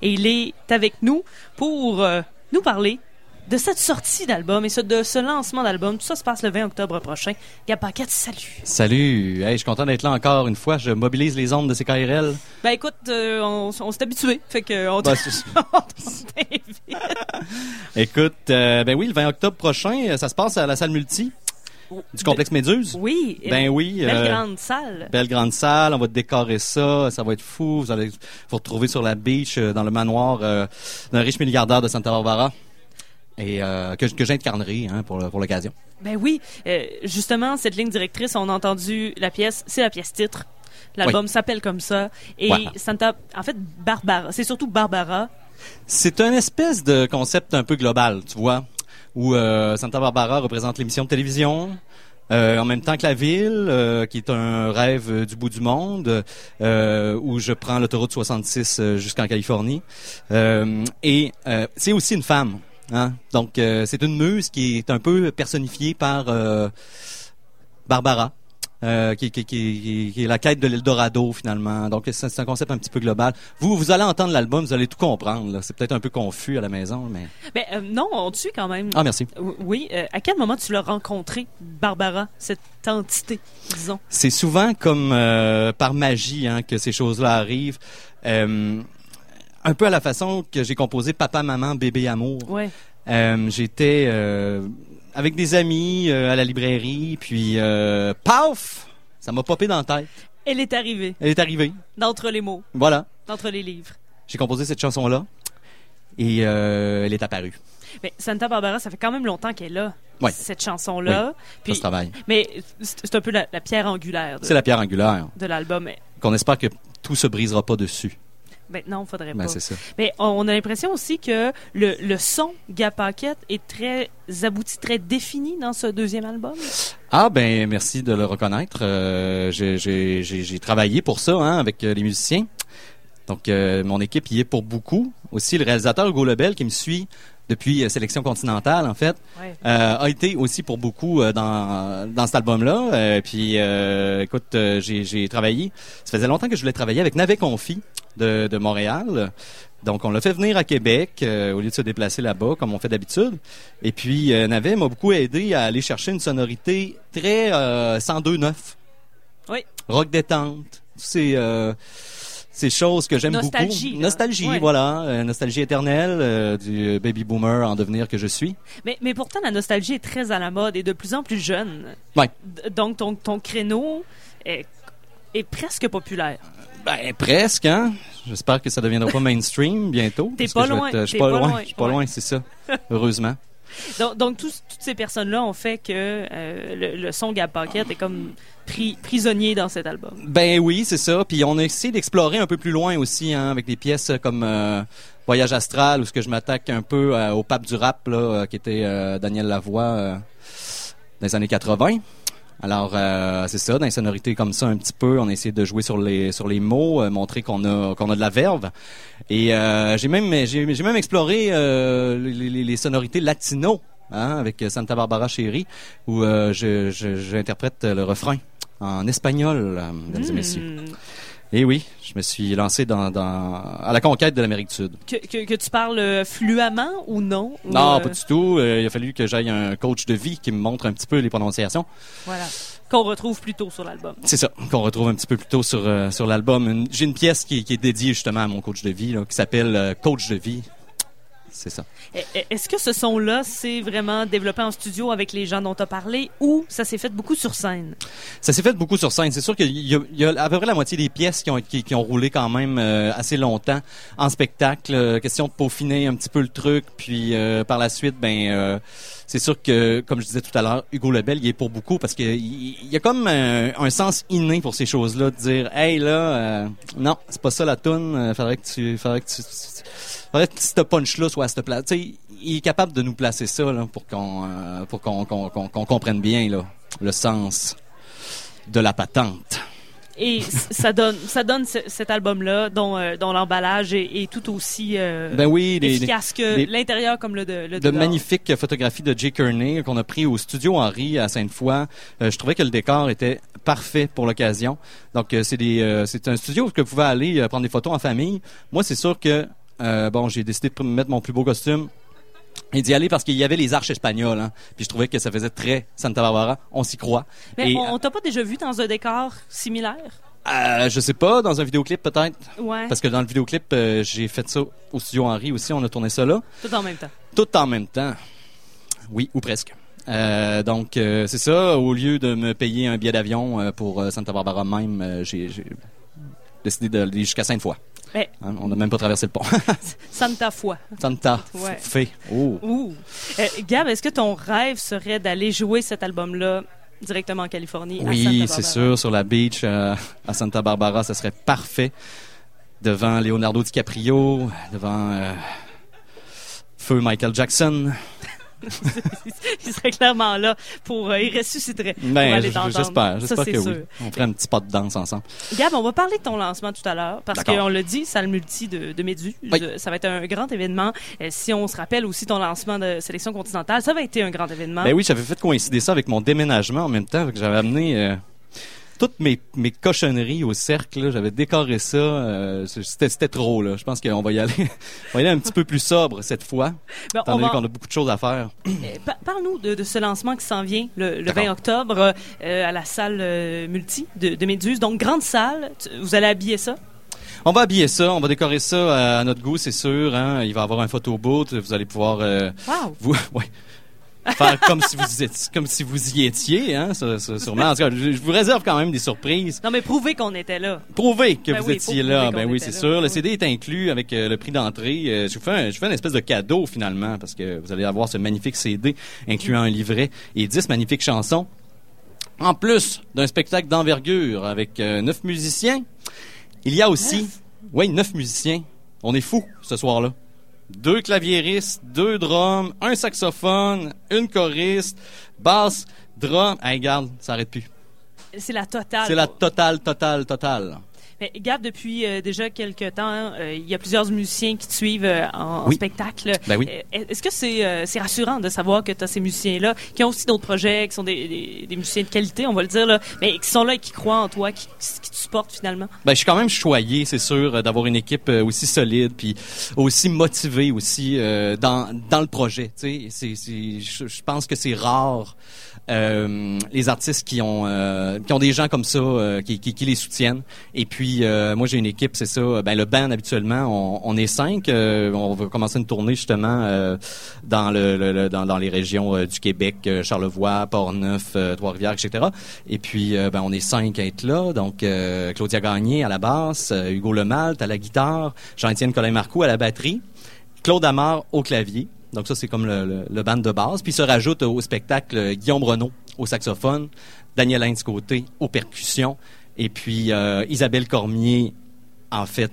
Et il est avec nous pour euh, nous parler de cette sortie d'album et ce- de ce lancement d'album. Tout ça se passe le 20 octobre prochain. Gab Paquette, salut. Salut, Hey, je suis content d'être là encore une fois. Je mobilise les ondes de CKRL. Ben écoute, euh, on, s- on s'est habitué. Fait que euh, on te- Bah, c'est- on t'invite. écoute, euh, ben oui, le 20 octobre prochain, euh, ça se passe à la salle multi du complexe Méduse. Ben, Oui. euh, Ben oui, Belle euh, grande salle. belle grande salle, on va décorer ça, ça va être fou. Vous allez vous retrouver sur la beach euh, dans le manoir euh, d'un riche milliardaire de Santa Barbara. Et euh, que, que j'incarnerai hein, pour le- pour l'occasion. Ben oui. euh, justement, cette ligne directrice, on a entendu la pièce. C'est la pièce titre. L'album s'appelle comme ça. Et Ouais. Santa, en fait, Barbara. C'est surtout Barbara. C'est un espèce de concept un peu global, tu vois, où euh, Santa Barbara représente l'émission de télévision. euh, en même temps que la ville, euh, qui est un rêve euh, du bout du monde, euh, où je prends l'autoroute 66 euh, jusqu'en Californie. Euh, et euh, c'est aussi une femme. Hein? Donc, euh, c'est une muse qui est un peu personnifiée par euh, Barbara, euh, qui, qui- qui- qui- qui est la quête de l'Eldorado, finalement. Donc, c'est c'est un concept un petit peu global. Vous, vous allez entendre l'album, vous allez tout comprendre. là. C'est peut-être un peu confus à la maison, mais... Ben euh, non, on tue quand même. Ah, merci. O- Oui. euh, à quel moment tu l'as rencontré, Barbara, cette entité, disons? C'est souvent comme euh, par magie hein, que ces choses-là arrivent. Euh, un peu à la façon que j'ai composé Papa, Maman, Bébé, Amour. Ouais. Euh, J'étais euh, avec des amis euh, à la librairie, puis euh, paf! Ça m'a popé dans la tête. Elle est arrivée, Elle est arrivée. d'entre les mots, Voilà. d'entre les livres. J'ai composé cette chanson-là et euh, elle est apparue. Mais Santa Barbara, ça fait quand même longtemps qu'elle est là, Ouais. cette chanson-là. Ça Puis, se travaille. mais c'est c'est un peu la, la pierre angulaire de, C'est la pierre angulaire de l'album. Mais- qu'on espère que tout se brisera pas dessus. Ben non, faudrait Ben, pas. c'est ça. Mais on, on a l'impression aussi que le, le son Gapaquette est très abouti, très défini dans ce deuxième album. Ah ben merci de le reconnaître. Euh, j'ai- J'ai j'ai- j'ai travaillé pour ça hein, avec euh, les musiciens. Donc euh, mon équipe y est pour beaucoup. Aussi le réalisateur Hugo Lebel qui me suit depuis euh, Sélection Continentale en fait Ouais. euh, a été aussi pour beaucoup euh, dans, dans cet album-là. Euh, puis, euh, écoute, euh, j'ai, j'ai travaillé. Ça faisait longtemps que je voulais travailler avec Navet Confi de, de Montréal. Donc, on l'a fait venir à Québec euh, au lieu de se déplacer là-bas, comme on fait d'habitude. Et puis, euh, Navet m'a beaucoup aidé à aller chercher une sonorité très euh, 102-9. Oui. Rock détente. C'est... Euh, ces choses que j'aime Nostalgie, beaucoup. là. Nostalgie, Ouais. voilà. Euh, nostalgie éternelle euh, du baby boomer en devenir que je suis. Mais, mais pourtant, la nostalgie est très à la mode et de plus en plus jeune. Ouais. D- Donc, ton, ton créneau est, est presque populaire. Ben presque, hein. J'espère que ça deviendra pas mainstream bientôt. T'es parce pas que je vais loin, être- Je suis t'es pas pas loin. loin, Je suis pas ouais. loin, c'est ça. Heureusement. Donc, donc tous- toutes ces personnes-là ont fait que euh, le, le son Gab Paquette est comme pri- prisonnier dans cet album. Ben oui, c'est ça. Puis on a essayé d'explorer un peu plus loin aussi, hein, avec des pièces comme euh, Voyage astral, où ce que je m'attaque un peu euh, au pape du rap, là, euh, qui était euh, Daniel Lavoie euh, dans les années 80. Alors euh, c'est ça, dans les sonorités comme ça un petit peu, on a essayé de jouer sur les sur les mots, euh, montrer qu'on a qu'on a de la verve. Et euh, j'ai même j'ai j'ai même exploré euh, les, les- les sonorités latino, hein, avec Santa Barbara Chérie, où euh, je- je- j'interprète le refrain en espagnol, euh, mesdames et Hmm. messieurs. Et oui, je me suis lancé dans, dans- à la conquête de l'Amérique du Sud. Que, que- que tu parles euh, fluemment ou non? ou, Non, euh, pas du tout. Euh, il a fallu que j'aille un coach de vie qui me montre un petit peu les prononciations. Voilà. Qu'on retrouve plus tôt sur l'album. C'est ça, qu'on retrouve un petit peu plus tôt sur, euh, sur l'album. Une- J'ai une pièce qui, qui est dédiée justement à mon coach de vie, là, qui s'appelle euh, Coach de vie. C'est ça. E- e- Est-ce que ce son-là, c'est vraiment développé en studio avec les gens dont tu as parlé ou ça s'est fait beaucoup sur scène? Ça s'est fait beaucoup sur scène. C'est sûr qu'il y, a- il y a à peu près la moitié des pièces qui ont, qui, qui ont roulé quand même euh, assez longtemps en spectacle. Euh, question de peaufiner un petit peu le truc. Puis euh, par la suite, ben euh, c'est sûr que, comme je disais tout à l'heure, Hugo Lebel, il est pour beaucoup parce que il il y a comme un, un sens inné pour ces choses-là de dire, hey là, euh, non, c'est pas ça la tune. Euh, faudrait que tu, faudrait que tu, faudrait que ce punch-là soit à cette place. Tu sais, il est capable de nous placer ça là pour qu'on, euh, pour qu'on, qu'on, qu'on- qu'on comprenne bien là le sens de la patente. Et c- ça donne, ça donne ce- cet album-là, dont, euh, dont l'emballage est, est tout aussi euh, Ben oui, les, les- efficace que les- l'intérieur comme le, de, le de dehors. magnifiques photographies de Jay Kearney qu'on a pris au studio Henri à Sainte-Foy. Euh, je trouvais que le décor était parfait pour l'occasion. Donc euh, c'est des, euh, c'est un studio où que vous pouvez aller euh, prendre des photos en famille. Moi, c'est sûr que euh, bon, j'ai décidé de me mettre mon plus beau costume et d'y aller parce qu'il y avait les arches espagnoles. Hein. Puis je trouvais que ça faisait très Santa Barbara. On s'y croit. Mais Et, on, on t'a pas déjà vu dans un décor similaire? euh, je sais pas, dans un vidéoclip peut-être. Ouais. Parce que dans le vidéoclip, euh, j'ai fait ça au studio Henri aussi. On a tourné ça là. Tout en même temps. Tout en même temps. Oui, ou presque. Euh, donc, euh, c'est ça. Au lieu de me payer un billet d'avion euh, pour euh, Santa Barbara même, euh, j'ai j'ai décidé d'aller jusqu'à cinq fois. Mais- Hein, on n'a même pas traversé le pont. Santa foi. Santa Ouais. f- Fé. Oh. Ouh. Euh, Gab, est-ce que ton rêve serait d'aller jouer cet album-là directement en Californie? à Santa Oui, Barbara? c'est sûr. Sur la beach euh, à Santa Barbara, ça serait parfait. Devant Leonardo DiCaprio, devant euh, Feu Michael Jackson. Il serait clairement là pour. euh, il ressusciterait. pour Ben, aller j- t'entendre. j'espère, Ça, j'espère c'est que sûr. oui. On ferait un petit pas de danse ensemble. Gab, on va parler de ton lancement tout à l'heure parce D'accord. qu'on l'a dit, salle multi de, de Méduse. Oui. Euh, Ça va être un grand événement. Euh, si on se rappelle aussi ton lancement de sélection continentale, ça va être un grand événement. Ben oui, j'avais fait coïncider ça avec mon déménagement en même temps, fait que j'avais amené euh, toutes mes, mes cochonneries au cercle, là. j'avais décoré ça, euh, c'était c'était trop là. Je pense qu'on va y aller, on va y aller un petit peu plus sobre cette fois, Ben, étant on donné va- qu'on a beaucoup de choses à faire. Euh, par- Parle-nous de, de ce lancement qui s'en vient le, le D'accord. 20 octobre euh, euh, à la salle euh, multi de, de Méduse. Donc, grande salle. Tu- vous allez habiller ça. On va habiller ça, on va décorer ça à, à notre goût, c'est sûr. Hein? Il va y avoir un photo booth, vous allez pouvoir euh, Wow! vous, ouais, faire comme si vous y étiez, comme si vous y étiez, hein, ça- ça- sûrement. En tout cas, je- je vous réserve quand même des surprises. Non, mais prouvez qu'on était là. Prouvez que Ben vous oui, faut étiez prouver là. qu'on Ben oui, était c'est là. sûr. Le Oui. CD est inclus avec euh, le prix d'entrée. Euh, je, vous fais un, je vous fais une espèce de cadeau finalement parce que vous allez avoir ce magnifique CD incluant un livret et 10 magnifiques chansons. En plus d'un spectacle d'envergure avec euh, neuf musiciens, il y a aussi, oui, neuf musiciens. On est fous ce soir-là. Deux claviéristes, deux drums, un saxophone, une choriste, basse, drum. Hey, garde, ça arrête plus. C'est la totale. C'est la totale, totale, totale. Mais Gab, depuis euh, déjà quelques temps, hein, euh, il y a plusieurs musiciens qui te suivent euh, en, en Oui. spectacle. Ben oui. Euh, Est-ce que c'est euh, c'est rassurant de savoir que tu as ces musiciens-là qui ont aussi d'autres projets, qui sont des, des- des musiciens de qualité, on va le dire, là, mais qui sont là et qui croient en toi, qui, qui te supportent finalement? Ben, je suis quand même choyé, c'est sûr, euh, d'avoir une équipe euh, aussi solide, puis aussi motivée aussi euh, dans, dans le projet. Tu sais, c'est, c'est- je je pense que c'est rare euh, les artistes qui ont euh, qui ont des gens comme ça euh, qui, qui, qui les soutiennent. Et puis euh, moi j'ai une équipe, c'est ça. euh, Ben le band habituellement, on, on est cinq. euh, on va commencer une tournée justement euh, dans le, le- le- dans, dans les régions euh, du Québec, euh, Charlevoix, Port-Neuf, euh, Trois-Rivières, etc. Et puis euh, ben on est cinq à être là. Donc euh, Claudia Gagné à la basse, euh, Hugo Lemalte à la guitare, Jean-Étienne Colin-Marcoux à la batterie. Claude Amar au clavier. Donc ça, c'est comme le, le, le band de base. Puis se rajoute au spectacle euh, Guillaume Renaud au saxophone, Daniel Hintz côté aux percussions, et puis euh, Isabelle Cormier, en fait,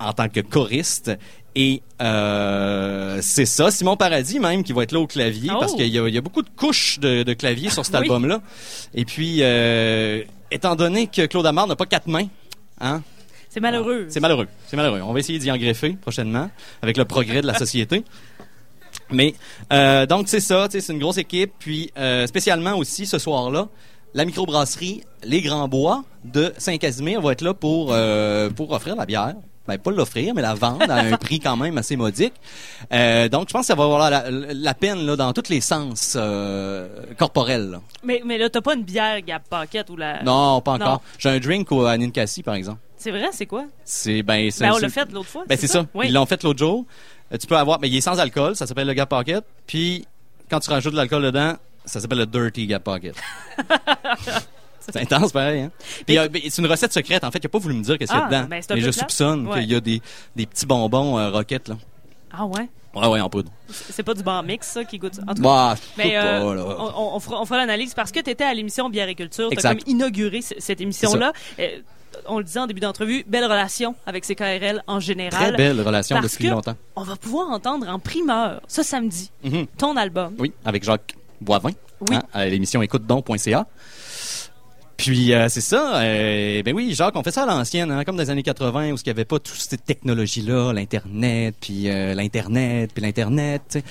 en tant que choriste. Et euh, c'est ça, Simon Paradis même qui va être là au clavier, Oh! parce qu'il y, a- il y a beaucoup de couches de, de clavier sur cet Oui. album-là. Et puis, euh, étant donné que Claude Amar n'a pas quatre mains, hein, C'est malheureux. c'est malheureux. C'est malheureux. On va essayer d'y engreffer prochainement avec le progrès de la société. Mais euh, donc c'est ça, tu sais, c'est une grosse équipe. Puis euh, spécialement aussi ce soir-là, la microbrasserie Les Grands Bois de Saint-Casimir va être là pour euh, pour offrir la bière. Ben, pas l'offrir, mais la vendre à un prix quand même assez modique. Euh, donc, je pense que ça va avoir la, la peine là, dans tous les sens euh, corporels. là. Mais, mais là, t'as pas une bière Gab Paquette ou la. non, pas Euh, non. encore. J'ai un drink au- à Ninkasi, par exemple. C'est vrai, c'est quoi? C'est ben, c'est- Ben, on l'a c'est- fait l'autre fois. ben c'est ça. Oui. Ils l'ont fait l'autre jour. Euh, Tu peux avoir, mais il est sans alcool, ça s'appelle le Gap Pocket. Puis quand tu rajoutes de l'alcool dedans, ça s'appelle le Dirty Gap Pocket. c'est intense pareil. Hein? Puis, euh, ben, c'est une recette secrète en fait. Il a pas voulu me dire qu'est-ce qu'il y a Ah, dedans. ben, c'est un mais peu je plate. soupçonne Ouais. qu'il y a des, des petits bonbons euh, roquettes là. Ah ouais? Ouais ouais en poudre. C'est c'est pas du bar mix, ça, qui goûte ça. En tout cas, Bah, je sais Mais euh, pas, là. on, on- on fera, on fera l'analyse parce que tu étais à l'émission Bière et Culture. Tu as Exact. comme inauguré c- cette émission-là. Euh, on le disait en début d'entrevue, belle relation avec CKRL en général. Très belle relation parce depuis que- longtemps. On va pouvoir entendre en primeur ce samedi Mhm. ton album. Oui, avec Jacques Boivin. Oui. hein, à l'émission écoutedon.ca. Puis euh, c'est ça, euh, ben oui, Jacques, on fait ça à l'ancienne, hein, comme dans les années 80 où il n'y avait pas toutes ces technologies là, l'internet, puis euh, l'internet, puis l'internet. tu sais.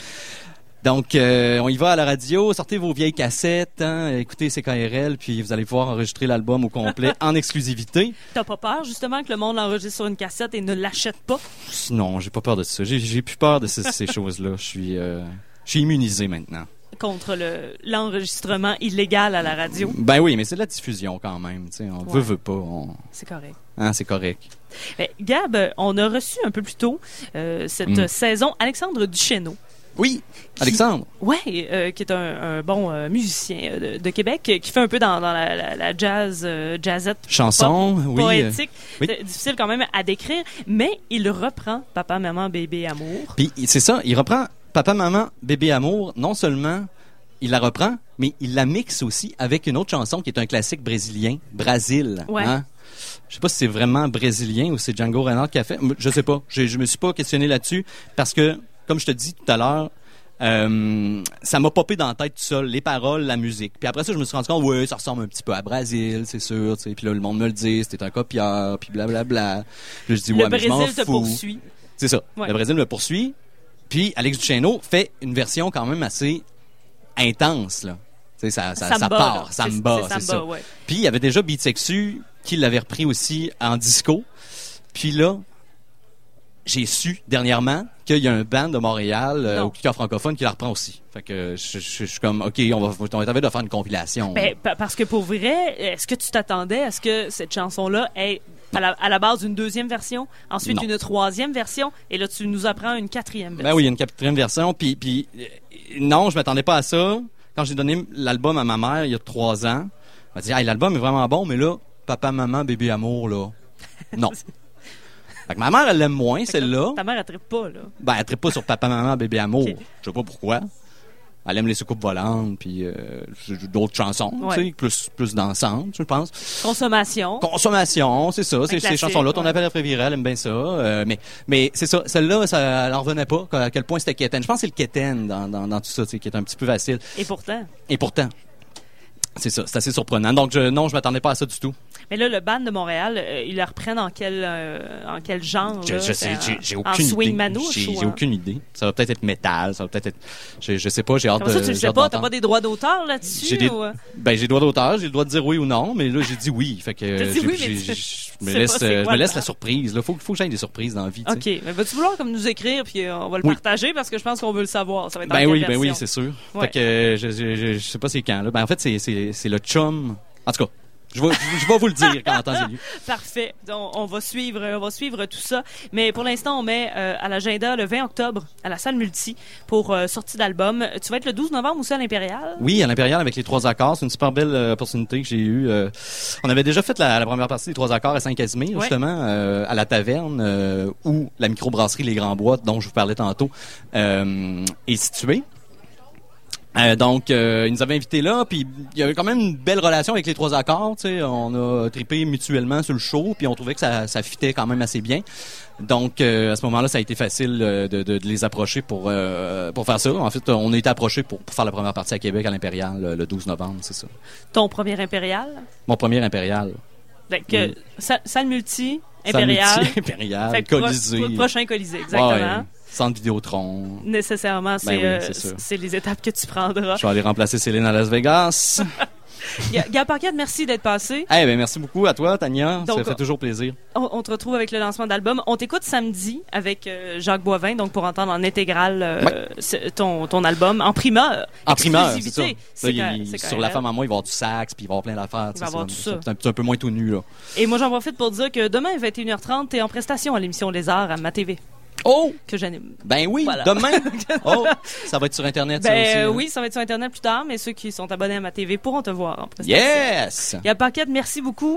Donc, euh, on y va à la radio, sortez vos vieilles cassettes, hein, écoutez CKRL, puis vous allez pouvoir enregistrer l'album au complet en exclusivité. T'as pas peur, justement, que le monde l'enregistre sur une cassette et ne l'achète pas? Non, j'ai pas peur de ça. J'ai- J'ai plus peur de ces, ces choses-là. Je suis, euh, je suis immunisé maintenant. Contre le- l'enregistrement illégal à la radio. Ben oui, mais c'est de la diffusion quand même. tu sais. On Ouais. veut, veut pas. on- C'est correct. hein, c'est correct. Ben, Gab, euh, on a reçu un peu plus tôt euh, cette Mm. euh, saison Alexandre Duchesneau. Oui, Alexandre. Ouais, euh, qui est un, un bon euh, musicien euh, de, de Québec, euh, qui fait un peu dans, dans la, la- la jazz, euh, jazzette Chanson, oui. euh, poétique. oui. C'est Difficile quand même à décrire, mais il reprend Papa, Maman, Bébé, Amour. Puis c'est ça, il reprend Papa, Maman, Bébé Amour. Non seulement il la reprend, mais il la mixe aussi avec une autre chanson qui est un classique brésilien, Brasil. Ouais. hein. Je sais pas si c'est vraiment brésilien ou c'est Django Reinhardt qui a fait. Je sais pas. Je, je me suis pas questionné là-dessus parce que, comme je te dis tout à l'heure, euh, ça m'a popé dans la tête tout seul, les paroles, la musique. Puis après ça, je me suis rendu compte, ouais, ça ressemble un petit peu à Brasil, c'est sûr. tu sais. Puis là, le monde me le dit, c'était un copieur, puis blablabla. Puis là, je dis, ouais, le mais je m'en Brésil te fous. poursuit. C'est ça. Ouais. Le Brésil le poursuit. Puis Alex Duchesneau fait une version quand même assez intense. Là. Tu sais, Ça, ça, ça Samba, part, là. ça me C'est- bat, c'est c'est samba, ça. Mm. ouais. Puis il y avait déjà Beat Sexu qui l'avait repris aussi en disco. Puis là, j'ai su dernièrement qu'il y a un band de Montréal euh, Non. au Kika francophone qui la reprend aussi. Fait que je, je- je suis comme, OK, on va, on est en train de faire une compilation. Ben, pa- parce que pour vrai, est-ce que tu t'attendais à ce que cette chanson-là ait à la, à la base une deuxième version, ensuite Non. une troisième version, et là tu nous apprends une quatrième version. Ben oui, il y a une quatrième version. Puis, puis euh, non, je m'attendais pas à ça. Quand j'ai donné l'album à ma mère il y a trois ans, elle m'a dit hey, l'album est vraiment bon, mais là, papa, maman, bébé, amour, là, non. Fait que ma mère, elle l'aime moins, Fait que là, celle-là. Ta mère, elle trippe pas, là. Ben, elle tripe pas sur papa, maman, bébé, amour. Ok. Je sais pas pourquoi. Elle aime les soucoupes volantes, puis euh, d'autres chansons, Ouais. tu sais, plus, plus dansantes, je pense. Consommation. Consommation, c'est ça. C'est, ces classique, chansons-là, ton ouais. appel après viral, aime bien ça. euh, mais mais c'est ça. Celle-là, ça, elle en revenait pas. qu- À quel point c'était quétaine. Je pense que c'est le quétaine dans, dans, dans tout ça, tu sais, qui est un petit peu facile. Et pourtant. Et pourtant, c'est ça. C'est assez surprenant. Donc, je, non, je m'attendais pas à ça du tout. Mais là, le band de Montréal, euh, ils le reprennent en quel, euh, en quel genre? Je, là? je sais, C'est j'ai, en- j'ai En aucune swing idée. manouche j'ai, ou j'ai en- aucune idée. Ça va peut-être être métal. Ça va peut-être être. Je, je sais pas. J'ai hâte Comme ça, de. tu le j'ai sais hâte pas, t'as d'entendre. pas des droits d'auteur là-dessus? J'ai des- ou, euh? Ben, j'ai le droit d'auteur, j'ai le droit de dire oui ou non, mais là, j'ai dit oui. Fait que T'as euh, dit j'ai- oui, mais j'ai- tu- j'ai- je me sais laisse, pas c'est euh, je quoi, me laisse là. la surprise. Là, faut, faut que j'aille des surprises dans la vie. tu sais. OK. Mais vas-tu vouloir comme nous écrire, puis euh, on va le Oui. partager, parce que je pense qu'on veut le savoir. Ça va être en Ben quelle oui, ben oui, version. c'est sûr. Ouais. Fait que euh, je, je, je, je sais pas c'est quand là. Ben en fait c'est c'est c'est le chum. En tout cas, je vais je, vais vous le dire quand en temps et lieu. Parfait. Donc, on va suivre, on va suivre tout ça. Mais pour l'instant, on met euh, à l'agenda le 20 octobre à la salle multi pour euh, sortie d'album. Tu vas être le 12 novembre aussi à l'Impérial? Oui, à l'impérial avec les trois accords, c'est une super belle euh, opportunité que j'ai eue. euh. on avait déjà fait la, la première partie des trois accords à Saint-Casimir Ouais. justement euh, à la taverne euh, où la microbrasserie Les Grands Bois dont je vous parlais tantôt euh, est située. Euh, donc, euh, ils nous avaient invités là, puis il y avait quand même une belle relation avec les trois accords. tu sais. On a tripé mutuellement sur le show, puis on trouvait que ça, ça fitait quand même assez bien. Donc, euh, à ce moment-là, ça a été facile euh, de, de- de les approcher pour euh, pour faire ça. En fait, on a été approchés pour, pour faire la première partie à Québec à l'Impérial euh, le, le 12 novembre, c'est ça. Ton premier Impérial? Mon premier Impérial. Donc, euh, Oui. sa- salle multi, Salle Impérial. multi- Impérial, Fait que pro- Colisée. pro- prochain Colisée, exactement. Ouais, centre Vidéotron. Nécessairement, c'est oui, euh, c'est sûr. c'est les étapes que tu prendras. Je vais aller remplacer Céline à Las Vegas. Ga- Gab Parquet, merci d'être passé. Eh ben merci beaucoup à toi, Tania. Donc, euh, ça fait toujours plaisir. On, on te retrouve avec le lancement d'album. On t'écoute samedi avec euh, Jacques Boivin, donc pour entendre en intégrale euh, ce- ton, ton album en primeur. En primeur, c'est ça. Exclusivité. Là, C'est il- quand- c'est quand sur la même. femme à moi, il va y avoir du sax, puis il va y avoir plein d'affaires. tu sais, va y avoir c'est- tout ça. C'est un, petit- un peu moins tout nu, là. Et moi, j'en profite pour dire que demain, 21h30, t'es en prestation à l'émission Les Arts à ma TV, Oh! que j'anime. Ben oui, Voilà. demain! oh! Ça va être sur Internet, ça Ben aussi. euh, hein? oui, ça va être sur Internet plus tard, mais ceux qui sont abonnés à ma TV pourront te voir en prestation. Yes! Gab Parquet, merci beaucoup.